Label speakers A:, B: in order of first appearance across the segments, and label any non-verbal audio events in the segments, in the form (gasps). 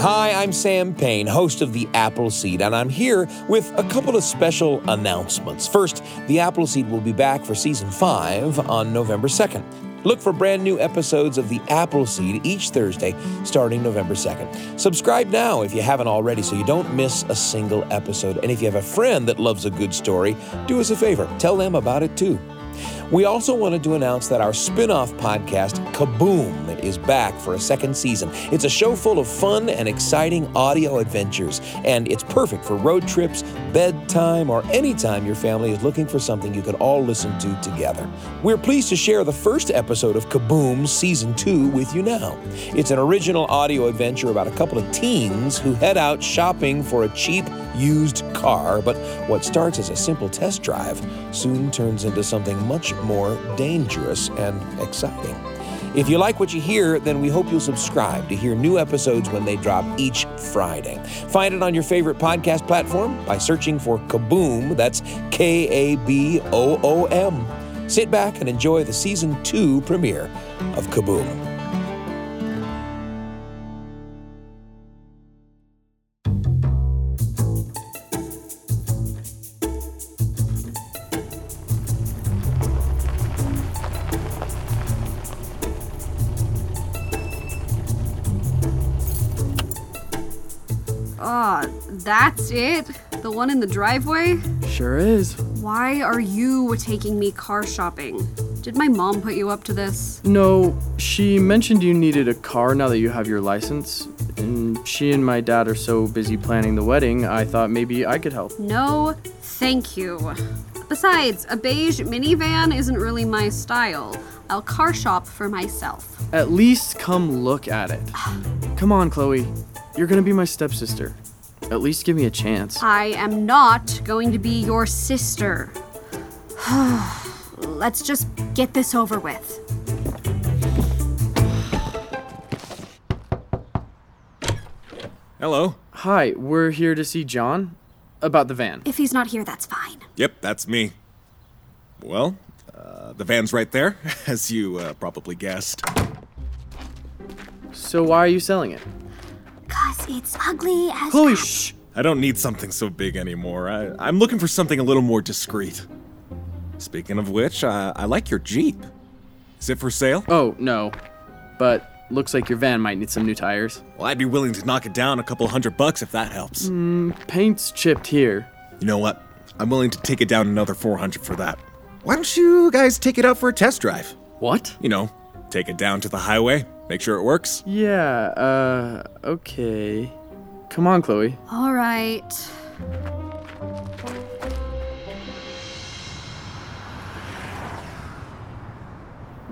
A: Hi, I'm Sam Payne, host of The Appleseed, and I'm here with a couple of special announcements. First, The Appleseed will be back for season 5 on November 2nd. Look for brand new episodes of The Appleseed each Thursday starting November 2nd. Subscribe now if you haven't already so you don't miss a single episode. And if you have a friend that loves a good story, do us a favor, tell them about it too. We also wanted to announce that our spin off podcast, Kaboom, is back for a second season. It's a show full of fun and exciting audio adventures, and it's perfect for road trips, bedtime, or any time your family is looking for something you can all listen to together. We're pleased to share the first episode of Kaboom Season 2 with you now. It's an original audio adventure about a couple of teens who head out shopping for a cheap, used car, but what starts as a simple test drive soon turns into something much more dangerous and exciting. If you like what you hear, then we hope you'll subscribe to hear new episodes when they drop each Friday. Find it on your favorite podcast platform by searching for Kaboom, that's K A B O O M. Sit back and enjoy the season two premiere of Kaboom.
B: Ah, that's it? The one in the driveway?
C: Sure is.
B: Why are you taking me car shopping? Did my mom put you up to this?
C: No, she mentioned you needed a car now that you have your license. And she and my dad are so busy planning the wedding, I thought maybe I could help.
B: No, thank you. Besides, a beige minivan isn't really my style. I'll car shop for myself.
C: At least come look at it. Come on, Chloe. You're gonna be my stepsister. At least give me a chance.
B: I am not going to be your sister. (sighs) Let's just get this over with.
D: Hello.
C: Hi, we're here to see John about the van.
B: If he's not here, that's fine.
D: Yep, that's me. Well, uh, the van's right there, (laughs) as you uh, probably guessed.
C: So why are you selling it?
E: Cause it's ugly as
C: Chloe, shh.
D: I don't need something so big anymore. I, I'm looking for something a little more discreet. Speaking of which, uh, I like your Jeep. Is it for sale?
C: Oh no, but looks like your van might need some new tires.
D: Well, I'd be willing to knock it down a couple hundred bucks if that helps.
C: Paint's chipped here.
D: You know what? I'm willing to take it down another 400 for that. Why don't you guys take it out for a test drive?
C: What?
D: You know, take it down to the highway, make sure it works.
C: Yeah, uh, okay. Come on, Chloe.
B: All right.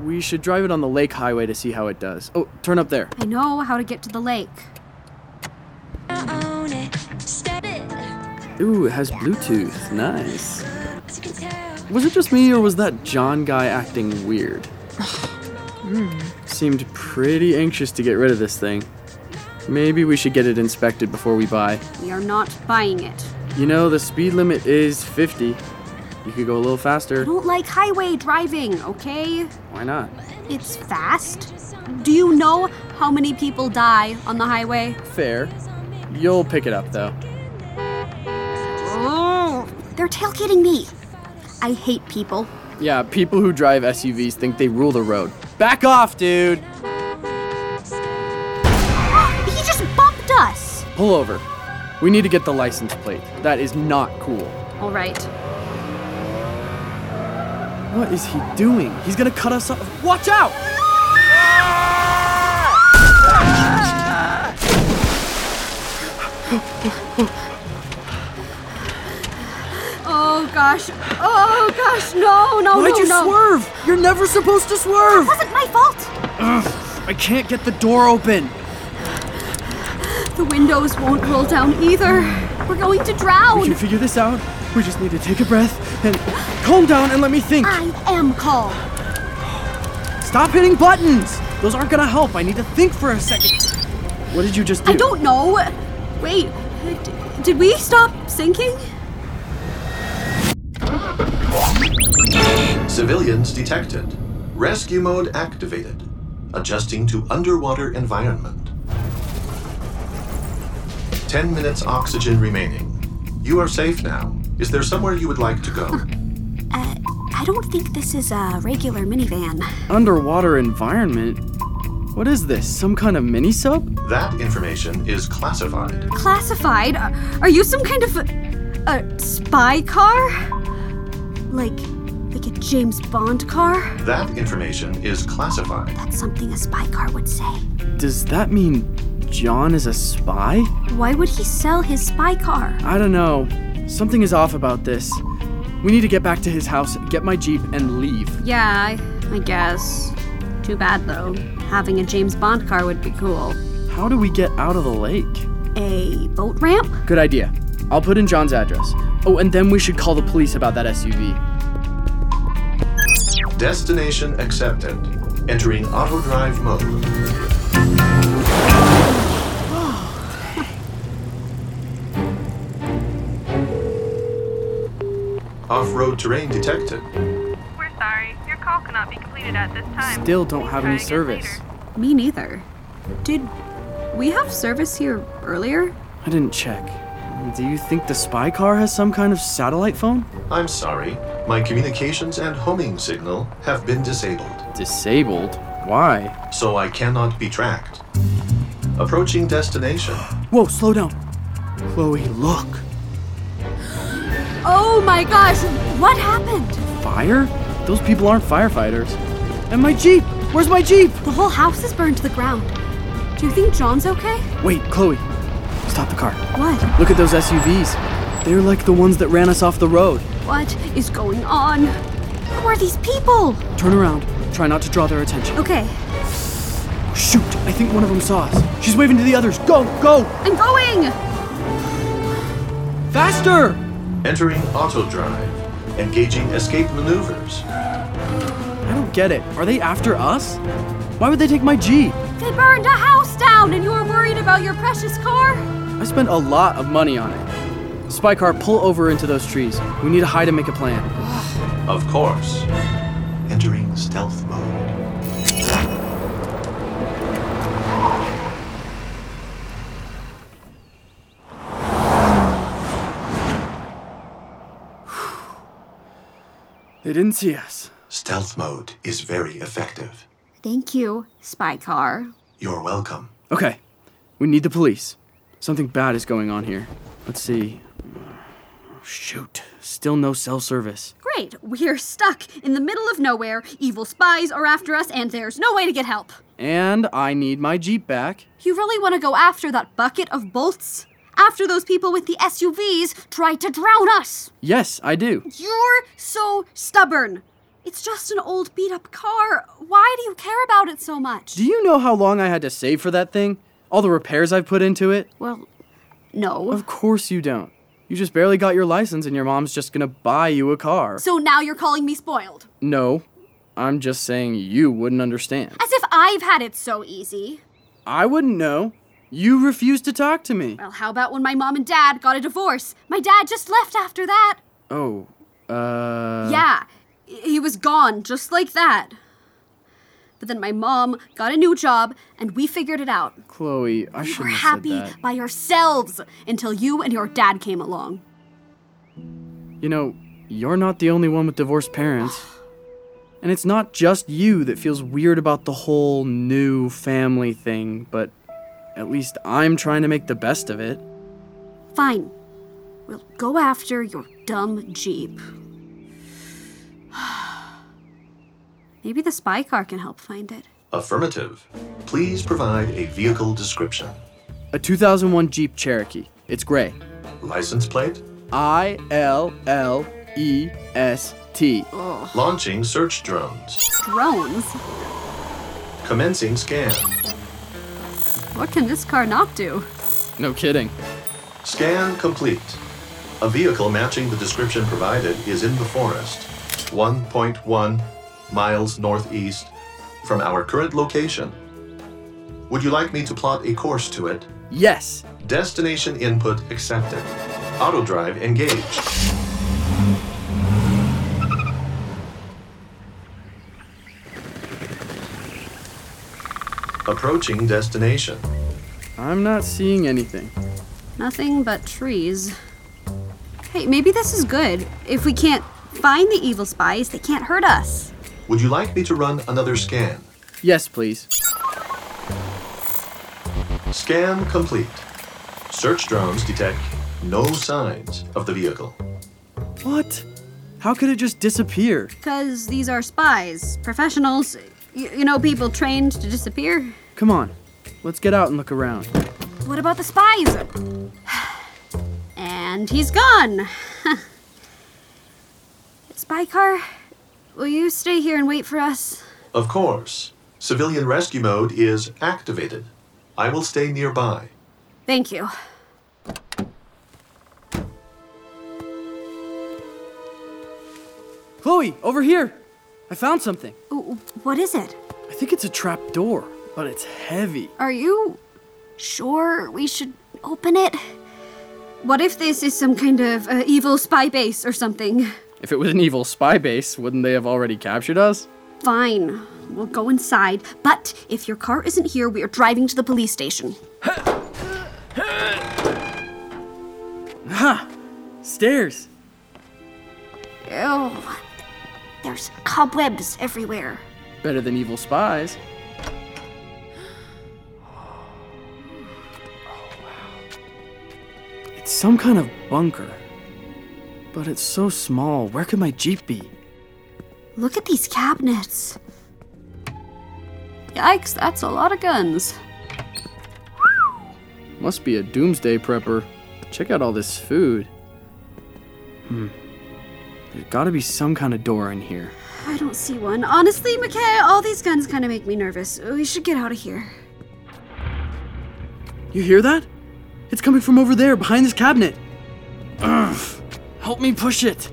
C: We should drive it on the lake highway to see how it does. Oh, turn up there.
B: I know how to get to the lake.
E: own it. Step it.
C: Ooh, it has Bluetooth. Nice.
E: As you can tell.
C: Was it just me or was that John guy acting weird? Seemed pretty anxious to get rid of this thing. Maybe we should get it inspected before we buy.
B: We are not buying it.
C: You know, the speed limit is 50. You could go a little faster.
B: I don't like highway driving, okay?
C: Why not?
B: It's fast. Do you know how many people die on the highway?
C: Fair. You'll pick it up though. Oh.
E: They're tailgating me.
B: I hate people. (gasps)
C: Yeah, people who drive SUVs think they rule the road. Back off, dude!
E: He just bumped us.
C: Pull over. We need to get the license plate. That is not cool.
B: All right.
C: What is he doing? He's gonna cut us off. Watch out!
B: Oh gosh. Oh gosh. No, Oh, no,
C: Why'd
B: no,
C: you
B: no.
C: swerve? You're never supposed to swerve!
E: Wasn't my fault.
C: I can't get the door open.
B: The windows won't roll down either. We're going to
C: We
B: drown.
C: can figure this out. We just need to take a breath and calm down and let me think.
B: Ah.
E: I am called.
C: Stop hitting buttons! Those aren't gonna help. I need to think for a second. What did you just do?
B: I don't know. Wait. D- did we stop sinking?
F: Civilians detected. Rescue mode activated. Adjusting to underwater environment. 10 minutes oxygen remaining. You are safe now. Is there somewhere you would like to go?
E: Uh, I don't think this is a regular minivan.
C: Underwater environment? What is this? Some kind of mini sub?
F: That information is classified.
B: Classified? Are are you some kind of. a spy car?
E: Like, like a James Bond car?
F: That information is classified.
E: That's something a spy car would say.
C: Does that mean John is a spy?
E: Why would he sell his spy car?
C: I don't know. Something is off about this. We need to get back to his house, get my Jeep, and leave.
B: Yeah, I, I guess. Too bad though. Having a James Bond car would be cool.
C: How do we get out of the lake?
E: A boat ramp?
C: Good idea. I'll put in John's address. Oh, and then we should call the police about that SUV.
F: Destination accepted. Entering auto drive mode. Off road terrain detected.
G: We're sorry. Your call cannot be completed at this time.
C: Still don't have any
G: Try again
C: service.
G: later.
B: Me neither. Did we have service here earlier?
C: I didn't check. Do you think the spy car has some kind of satellite phone?
F: I'm sorry, my communications and homing signal have been disabled,
C: Disabled? Why?
F: so I cannot be tracked. Approaching destination.
C: Whoa, slow down. Chloe, look.
B: Oh my gosh, what happened?
C: Fire? Those people aren't firefighters. And my Jeep! Where's my Jeep?
B: The whole house is burned to the ground. Do you think John's okay?
C: Wait, Chloe. Stop the car.
B: What?
C: Look at those SUVs. They're like the ones that ran us off the road.
B: What is going on?
E: Who are these people?
C: Turn around. Try not to draw their attention.
B: Okay,
C: Shoot! I think one of them saw us. She's waving to the others. Go, go!
B: I'm going!
C: Faster!
F: Entering auto drive. Engaging escape maneuvers.
C: I don't get it. Are they after us? Why would they take my Jeep?
B: They burned a house down and you're worried about your precious car?
C: I spent a lot of money on it. Spy car, pull over into those trees. We need to hide and make a plan.
F: Of course. Entering stealth mode.
C: They didn't see us.
F: Stealth mode is very effective.
E: Thank you.
B: Spy car.
F: You're welcome.
C: Okay. We need the police. Something bad is going on here. Let's see. Shoot. Still no cell service.
B: Great, we're stuck in the middle of nowhere. Evil spies are after us and there's no way to get help.
C: And I need my Jeep back.
B: You really want to go after that bucket of bolts? After those people with the SUVs tried to drown us!
C: Yes, I do.
B: You're so stubborn! It's just an old beat up car. Why do you care about it so much?
C: Do you know how long I had to save for that thing? All the repairs I've put into it?
B: well, no.
C: Of course you don't. You just barely got your license and your mom's just gonna buy you a car.
B: So now you're calling me spoiled.
C: no, I'm just saying you wouldn't understand.
B: As if I've had it so easy.
C: I wouldn't know. You refuse to talk to me.
B: Well, how about when my mom and dad got a divorce? My dad just left after that.
C: Oh, uh.
B: Yeah, h- he was gone just like that. But then my mom got a new job and we figured it out.
C: Chloe,
B: We
C: I
B: were
C: shouldn't have
B: happy
C: said that.
B: by ourselves until you and your dad came along.
C: You know, you're not the only one with divorced parents. And it's not just you that feels weird about the whole new family thing, but at least I'm trying to make the best of it.
B: Fine. We'll go after your dumb Jeep. (sighs) Maybe the spy car can help find it.
F: Affirmative. Please provide a vehicle description.
C: A 2001 Jeep Cherokee. It's gray.
F: License plate.
C: I L L E S T.
F: Launching search drones.
B: Drones?
F: Commencing scan.
B: What can this car not do?
C: No kidding.
F: Scan complete. A vehicle matching the description provided is in the forest, 1.1 miles northeast from our current location. Would you like me to plot a course to it?
C: Yes.
F: Destination input accepted. Auto drive engaged. Approaching destination.
C: I'm not seeing anything.
B: Nothing but trees. Hey, maybe this is good. If we can't find the evil spies, they can't hurt us.
F: Would you like me to run another scan?
C: Yes, please.
F: Scan complete. Search drones detect no signs of the vehicle.
C: What? How could it just disappear?
B: Because these are spies, professionals, you, you know, people trained to disappear.
C: Come on, let's get out and look around.
B: What about the spies? And he's gone. (laughs) Spy car, will you stay here and wait for us?
F: Of course, civilian rescue mode is activated. I will stay nearby.
B: Thank you.
C: Chloe, over here! I found something.
E: Ooh, What is it?
C: I think it's a trap door, but it's heavy.
B: Are you.
E: Sure, we should open it.
B: What if this is some kind of uh, evil spy base or something?
C: If it was an evil spy base, wouldn't they have already captured us?
B: Fine, we'll go inside, but if your car isn't here, we are driving to the police station.
C: Stairs!
E: Ew. There's cobwebs everywhere.
C: Better than evil spies. It's some kind of bunker. But it's so small. Where could my Jeep be?
E: Look at these cabinets.
B: Yikes, that's a lot of guns.
C: Must be a doomsday prepper. Check out all this food. Hmm. There's gotta be some kind of door in here.
B: I don't see one. Honestly, McKay, all these guns kind of make me nervous. We should get out of here.
C: You hear that? It's coming from over there, behind this cabinet. Ugh. Help me push it.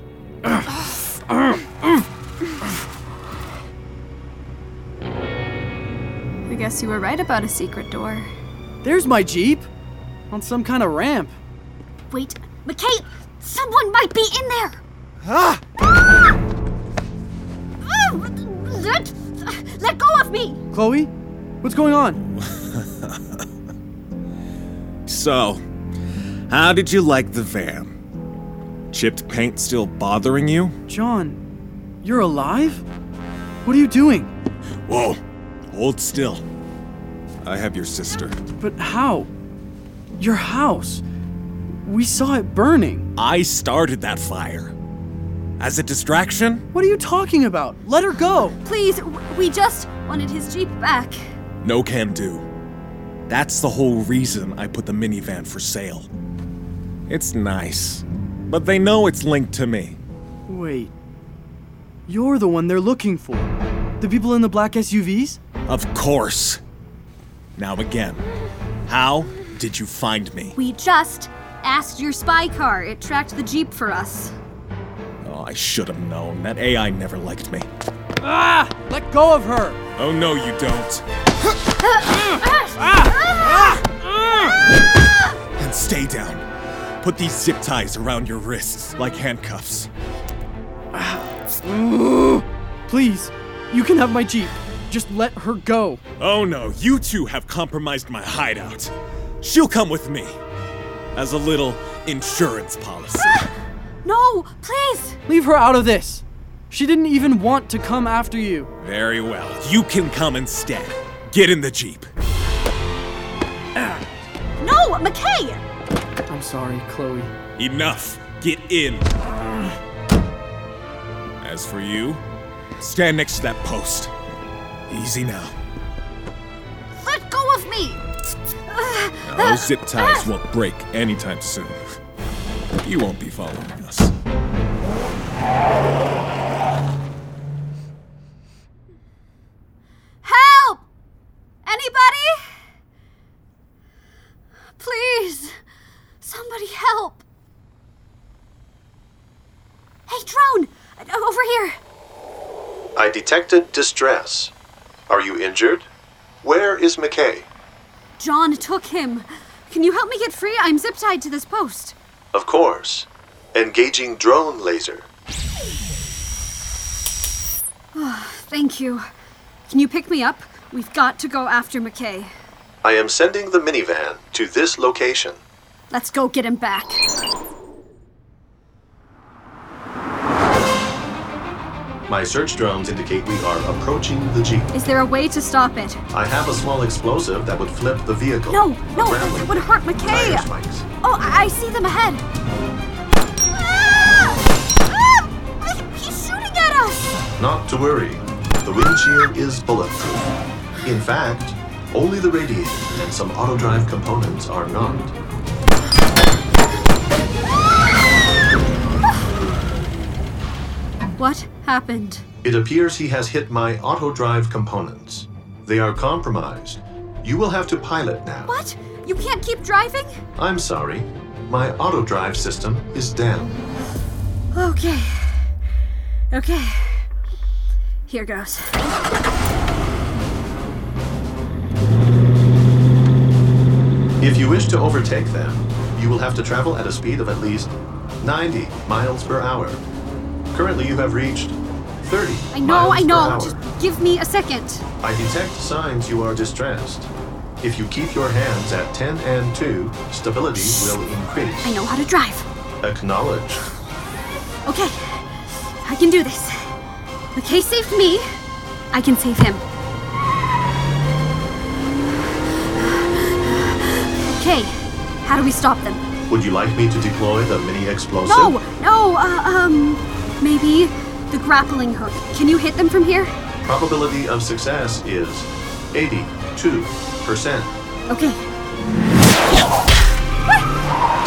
B: I guess you were right about a secret door. (laughs)
C: There's my Jeep. On some kind of ramp.
E: Wait, McKay, someone might be in there. Ah! Let, let go of me.
C: Chloe, what's going on?
D: So, how did you like the van? Chipped paint still bothering you?
C: John, you're alive? What are you doing?
D: Whoa, hold still. I have your sister.
C: But how? Your house. We saw it burning.
D: I started that fire. As a distraction?
C: What are you talking about? Let her go.
B: Please, w- we just wanted his Jeep back.
D: No can do. That's the whole reason I put the minivan for sale. It's nice, but they know it's linked to me.
C: Wait. You're the one they're looking for. The people in the black SUVs?
D: Of course. Now again, how did you find me?
B: We just asked your spy car. It tracked the Jeep for us.
D: Oh, I should have known. That AI never liked me.
C: Ah! Let go of her.
D: Oh, no, you don't. And stay down. Put these zip ties around your wrists like handcuffs.
C: (gasps) Please, you can have my Jeep. Just let her go.
D: Oh no, you two have compromised my hideout. She'll come with me. As a little insurance policy.
B: No, please!
C: Leave her out of this. She didn't even want to come after you.
D: Very well, you can come instead. Get in the Jeep.
B: No, McKay!
C: I'm sorry, Chloe.
D: Enough. Get in. As for you, stand next to that post. Easy now.
B: Let go of me! (sighs)
D: Those zip ties won't break anytime soon. You won't be following us.
B: Help! Anybody? Please! Somebody help!
E: Hey, drone, uh, over here.
F: I detected distress. Are you injured? Where is McKay?
B: John took him. Can you help me get free? I'm zip tied to this post.
F: Of course. Engaging drone laser.
B: Thank you. Can you pick me up? We've got to go after McKay.
F: I am sending the minivan to this location.
B: Let's go get him back.
F: My search drums indicate we are approaching the Jeep.
B: Is there a way to stop it?
F: I have a small explosive that would flip the vehicle.
E: No, no,
F: Rattling
E: that would hurt McKay.
F: tire spikes.
E: Oh, I, I see them ahead. Ah! Ah! I- He's shooting at us.
F: Not to worry, the windshield is bulletproof. In fact, only the radiator and some auto drive components are not.
B: What happened?
F: It appears he has hit my auto drive components. They are compromised. You will have to pilot now.
E: What? You can't keep driving?
F: I'm sorry. My auto drive system is down.
B: Okay. Okay. Here goes.
F: If you wish to overtake them, you will have to travel at a speed of at least 90 miles per hour. Currently, you have reached 30.
B: I know, I know.
F: Miles per
B: Just
F: hour.
B: give me a second.
F: I detect signs you are distressed. If you keep your hands at 10 and 2, stability will increase.
E: I know how to drive.
F: Acknowledge.
B: Okay. I can do this. McKay saved me. I can save him. Okay. How do we stop them?
F: Would you like me to deploy the mini explosive?
B: No, no, uh, um, maybe the grappling hook. Can you hit them from here?
F: Probability of success is 82%.
B: Okay,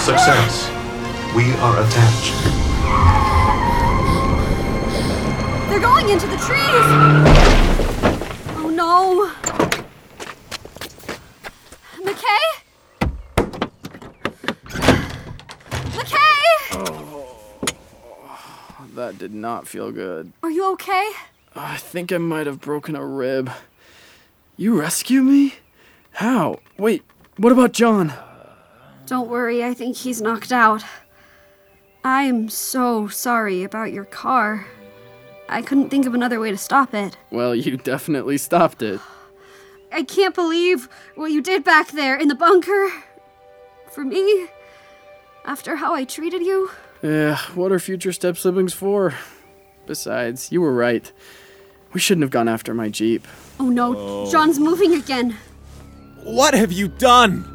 F: Success. We are attached.
B: they're going into the trees! Oh no! McKay? McKay!
C: That did not feel good.
B: Are you okay?
C: I think I might have broken a rib. You rescue me? How? Wait, what about John?
B: Don't worry, I think he's knocked out. I'm so sorry about your car. I couldn't think of another way to stop it.
C: Well, you definitely stopped it.
B: I can't believe what you did back there in the bunker. For me, after how I treated you.
C: Eh, what are future step siblings for? Besides, you were right. We shouldn't have gone after my Jeep.
B: Oh no, John's moving again.
D: What have you done?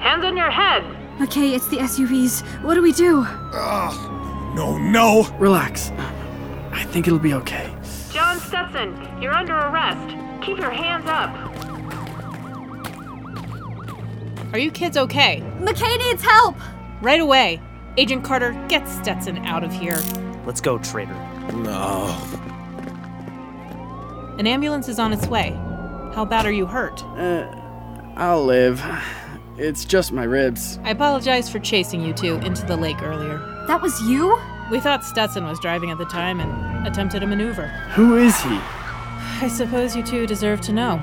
G: Hands on your head!
B: Okay, it's the SUVs. What do we do?
D: No, no!
C: Relax. I think it'll be okay.
G: John Stetson, you're under arrest. Keep your hands up.
H: Are you kids okay?
B: McKay needs help!
H: Right away. Agent Carter, get Stetson out of here.
I: Let's go, traitor.
H: An ambulance is on its way. How bad are you hurt?
C: I'll live. It's just my ribs.
H: I apologize for chasing you two into the lake earlier.
B: That was you?
H: We thought Stetson was driving at the time and attempted a maneuver.
C: Who is he?
H: I suppose you two deserve to know.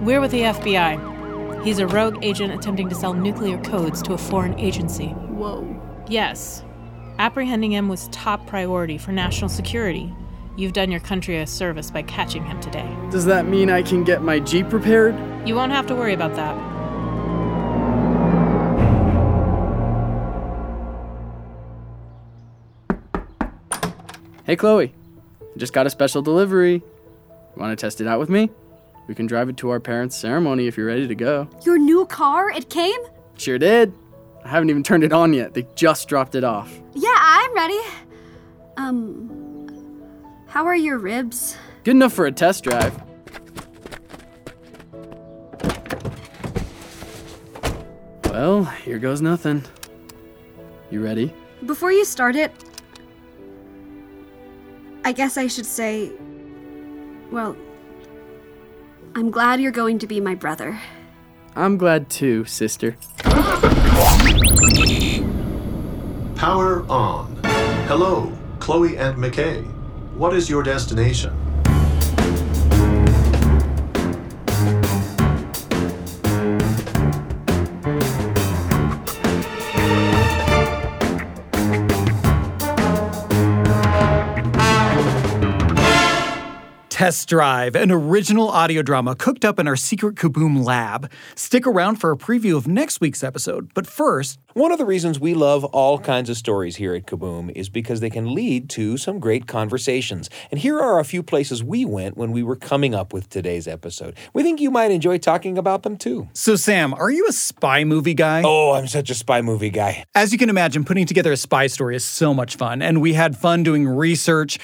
H: We're with the FBI. He's a rogue agent attempting to sell nuclear codes to a foreign agency.
B: Whoa.
H: Yes. Apprehending him was top priority for national security. You've done your country a service by catching him today.
C: Does that mean I can get my Jeep repaired?
H: You won't have to worry about that.
C: Hey, Chloe. I just got a special delivery. Want to test it out with me? We can drive it to our parents' ceremony if you're ready to go.
B: Your new car? It came?
C: Sure did. I haven't even turned it on yet. They just dropped it off.
B: Yeah, I'm ready. Um. How are your ribs?
C: Good enough for a test drive. Well, here goes nothing. You ready?
B: Before you start it, I guess I should say, well, I'm glad you're going to be my brother.
C: I'm glad too, sister.
F: Power on. Hello, Chloe and McKay. What is your destination?
I: Test Drive, an original audio drama cooked up in our secret Kaboom lab. Stick around for a preview of next week's episode, but first,
A: One of the reasons we love all kinds of stories here at Kaboom is because they can lead to some great conversations. And here are a few places we went when we were coming up with today's episode. We think you might enjoy talking about them too.
I: so Sam, are you a spy movie guy?
A: Oh, I'm such a spy movie guy.
I: As you can imagine, putting together a spy story is so much fun. And we had fun doing research,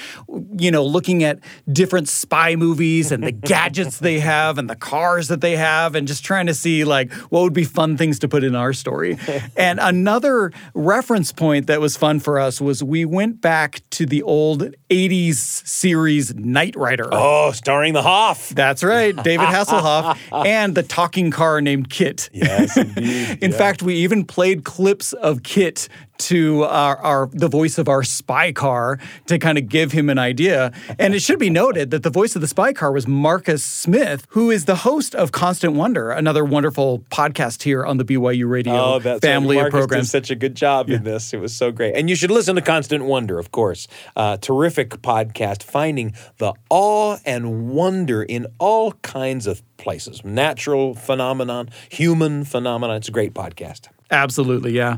I: you know, looking at different spy movies and the gadgets they have and the cars that they have and just trying to see like what would be fun things to put in
A: (laughs)
I: our story. and another reference point that was fun for us was we went back to the old 80s series Knight Rider.
A: Oh, starring the Hoff.
I: That's right, David Hasselhoff and the talking car named Kit.
A: Yes, indeed.
I: (laughs) In fact, we even played clips of Kit to our, our the voice of our spy car to kind of give him an idea. And it should be noted that the voice of the spy car was Marcus Smith, who is the host of Constant Wonder, another wonderful podcast here on the BYU Radio
A: Oh, that's
I: family
A: right.
I: of
A: Marcus
I: programs.
A: did such a good job in this. It was so great, and you should listen to Constant Wonder, of course. Uh, terrific podcast, finding the awe and wonder in all kinds of places, natural phenomenon, human phenomenon. It's a great podcast.
I: Absolutely, yeah.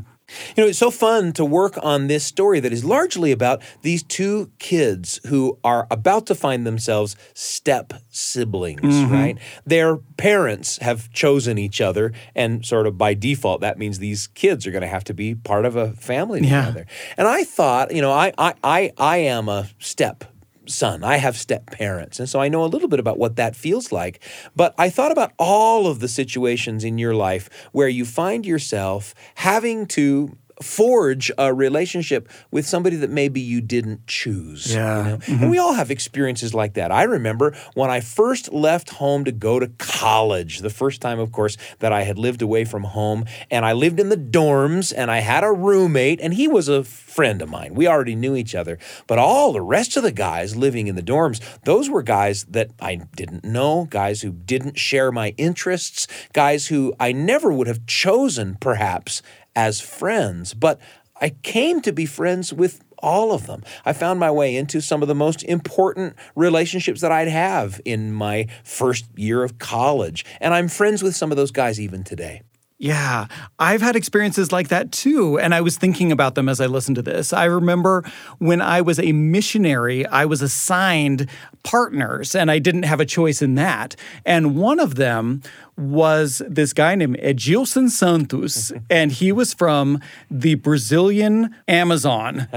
A: You know, it's so fun to work on this story that is largely about these two kids who are about to find themselves step siblings, right? Their parents have chosen each other, and sort of by default, that means these kids are going to have to be part of a family
I: Yeah.
A: together. And I thought, you know, I, I, I, I am a step son. I have step parents. And so I know a little bit about what that feels like. But I thought about all of the situations in your life where you find yourself having to forge a relationship with somebody that maybe you didn't choose.
I: Yeah.
A: you know? And we all have experiences like that. I remember when I first left home to go to college, the first time, of course, that I had lived away from home. And I lived in the dorms and I had a roommate, and he was a friend of mine. We already knew each other. But all the rest of the guys living in the dorms, those were guys that I didn't know, guys who didn't share my interests, guys who I never would have chosen, perhaps, as friends. But I came to be friends with all of them. I found my way into some of the most important relationships that I'd have in my first year of college. And I'm friends with some of those guys even today.
I: Yeah, I've had experiences like that too. And I was thinking about them as I listened to this. I remember when I was a missionary, I was assigned partners and I didn't have a choice in that. And one of them was this guy named Edilson Santos, and he was from the Brazilian Amazon. (laughs)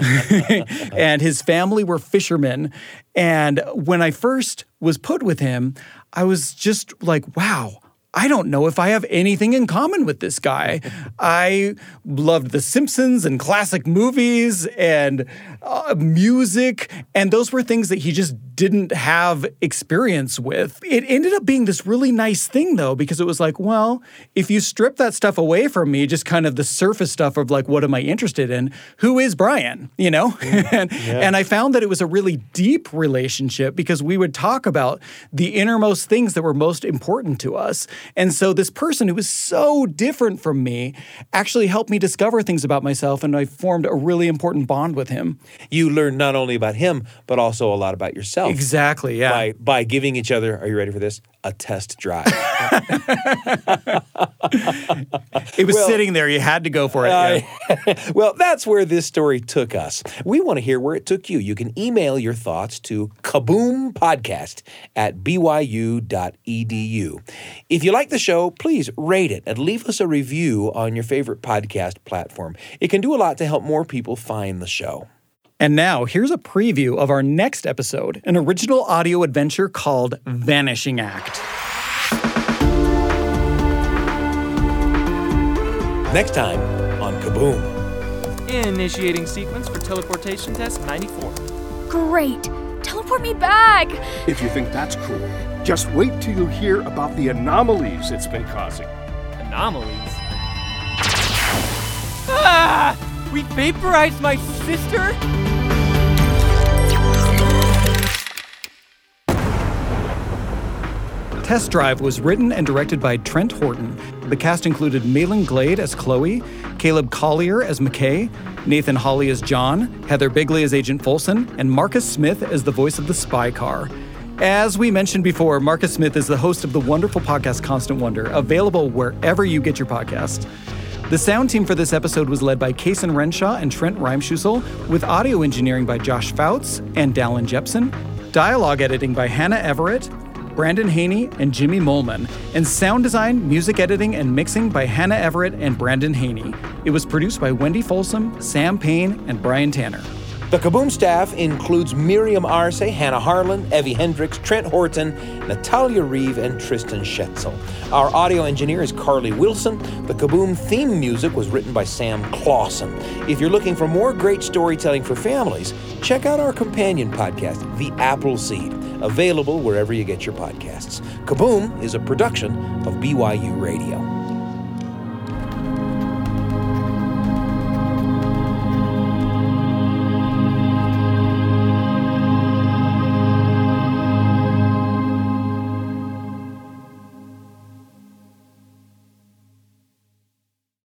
I: and his family were fishermen. And when I first was put with him, I was just like, wow. I don't know if I have anything in common with this guy. I loved The Simpsons and classic movies and uh, music, and those were things that he just didn't have experience with. It ended up being this really nice thing, though, because it was like, well, if you strip that stuff away from me, just kind of the surface stuff of like, what am I interested in? Who is Brian? You know? (laughs) and, and I found that it was a really deep relationship because we would talk about the innermost things that were most important to us. And so this person who was so different from me actually helped me discover things about myself, and I formed a really important bond with him.
A: You learn not only about him, but also a lot about yourself.
I: Exactly. Yeah.
A: By, by giving each other, are you ready for this? A test drive.
I: It was sitting there. You had to go for it. yeah.
A: (laughs) well, that's where this story took us. We want to hear where it took you. You can email your thoughts to kaboompodcast at byu.edu. E If you like the show, please rate it and leave us a review on your favorite podcast platform. It can do a lot to help more people find the show.
I: And now, here's a preview of our next episode an original audio adventure called Vanishing Act.
A: Next time on Kaboom.
J: Initiating sequence for teleportation test 94.
E: Great. Teleport me back.
K: If you think that's cool, just wait till you hear about the anomalies it's been causing.
J: Anomalies. Ah! We vaporized my sister?
I: Test Drive was written and directed by Trent Horton. The cast included Malin Glade as Chloe, Caleb Collier as McKay, Nathan Hawley as John, Heather Bigley as Agent Folsom, and Marcus Smith as the voice of the spy car. As we mentioned before, Marcus Smith is the host of the wonderful podcast Constant Wonder, available wherever you get your podcast. The sound team for this episode was led by Kason Renshaw and Trent Reimschussel, with audio engineering by Josh Fouts and Dallin Jepson, dialogue editing by Hannah Everett, Brandon Haney, and Jimmy Molman, and sound design, music editing, and mixing by Hannah Everett and Brandon Haney. It was produced by Wendy Folsom, Sam Payne, and Brian Tanner.
A: The Kaboom staff includes Miriam Arce, Hannah Harlan, Evie Hendricks, Trent Horton, Natalia Reeve, and Tristan Schetzel. Our audio engineer is Carly Wilson. The Kaboom theme music was written by Sam Clausen. If you're looking for more great storytelling for families, check out our companion podcast, The Apple Seed, available wherever you get your podcasts. Kaboom is a production of BYU Radio.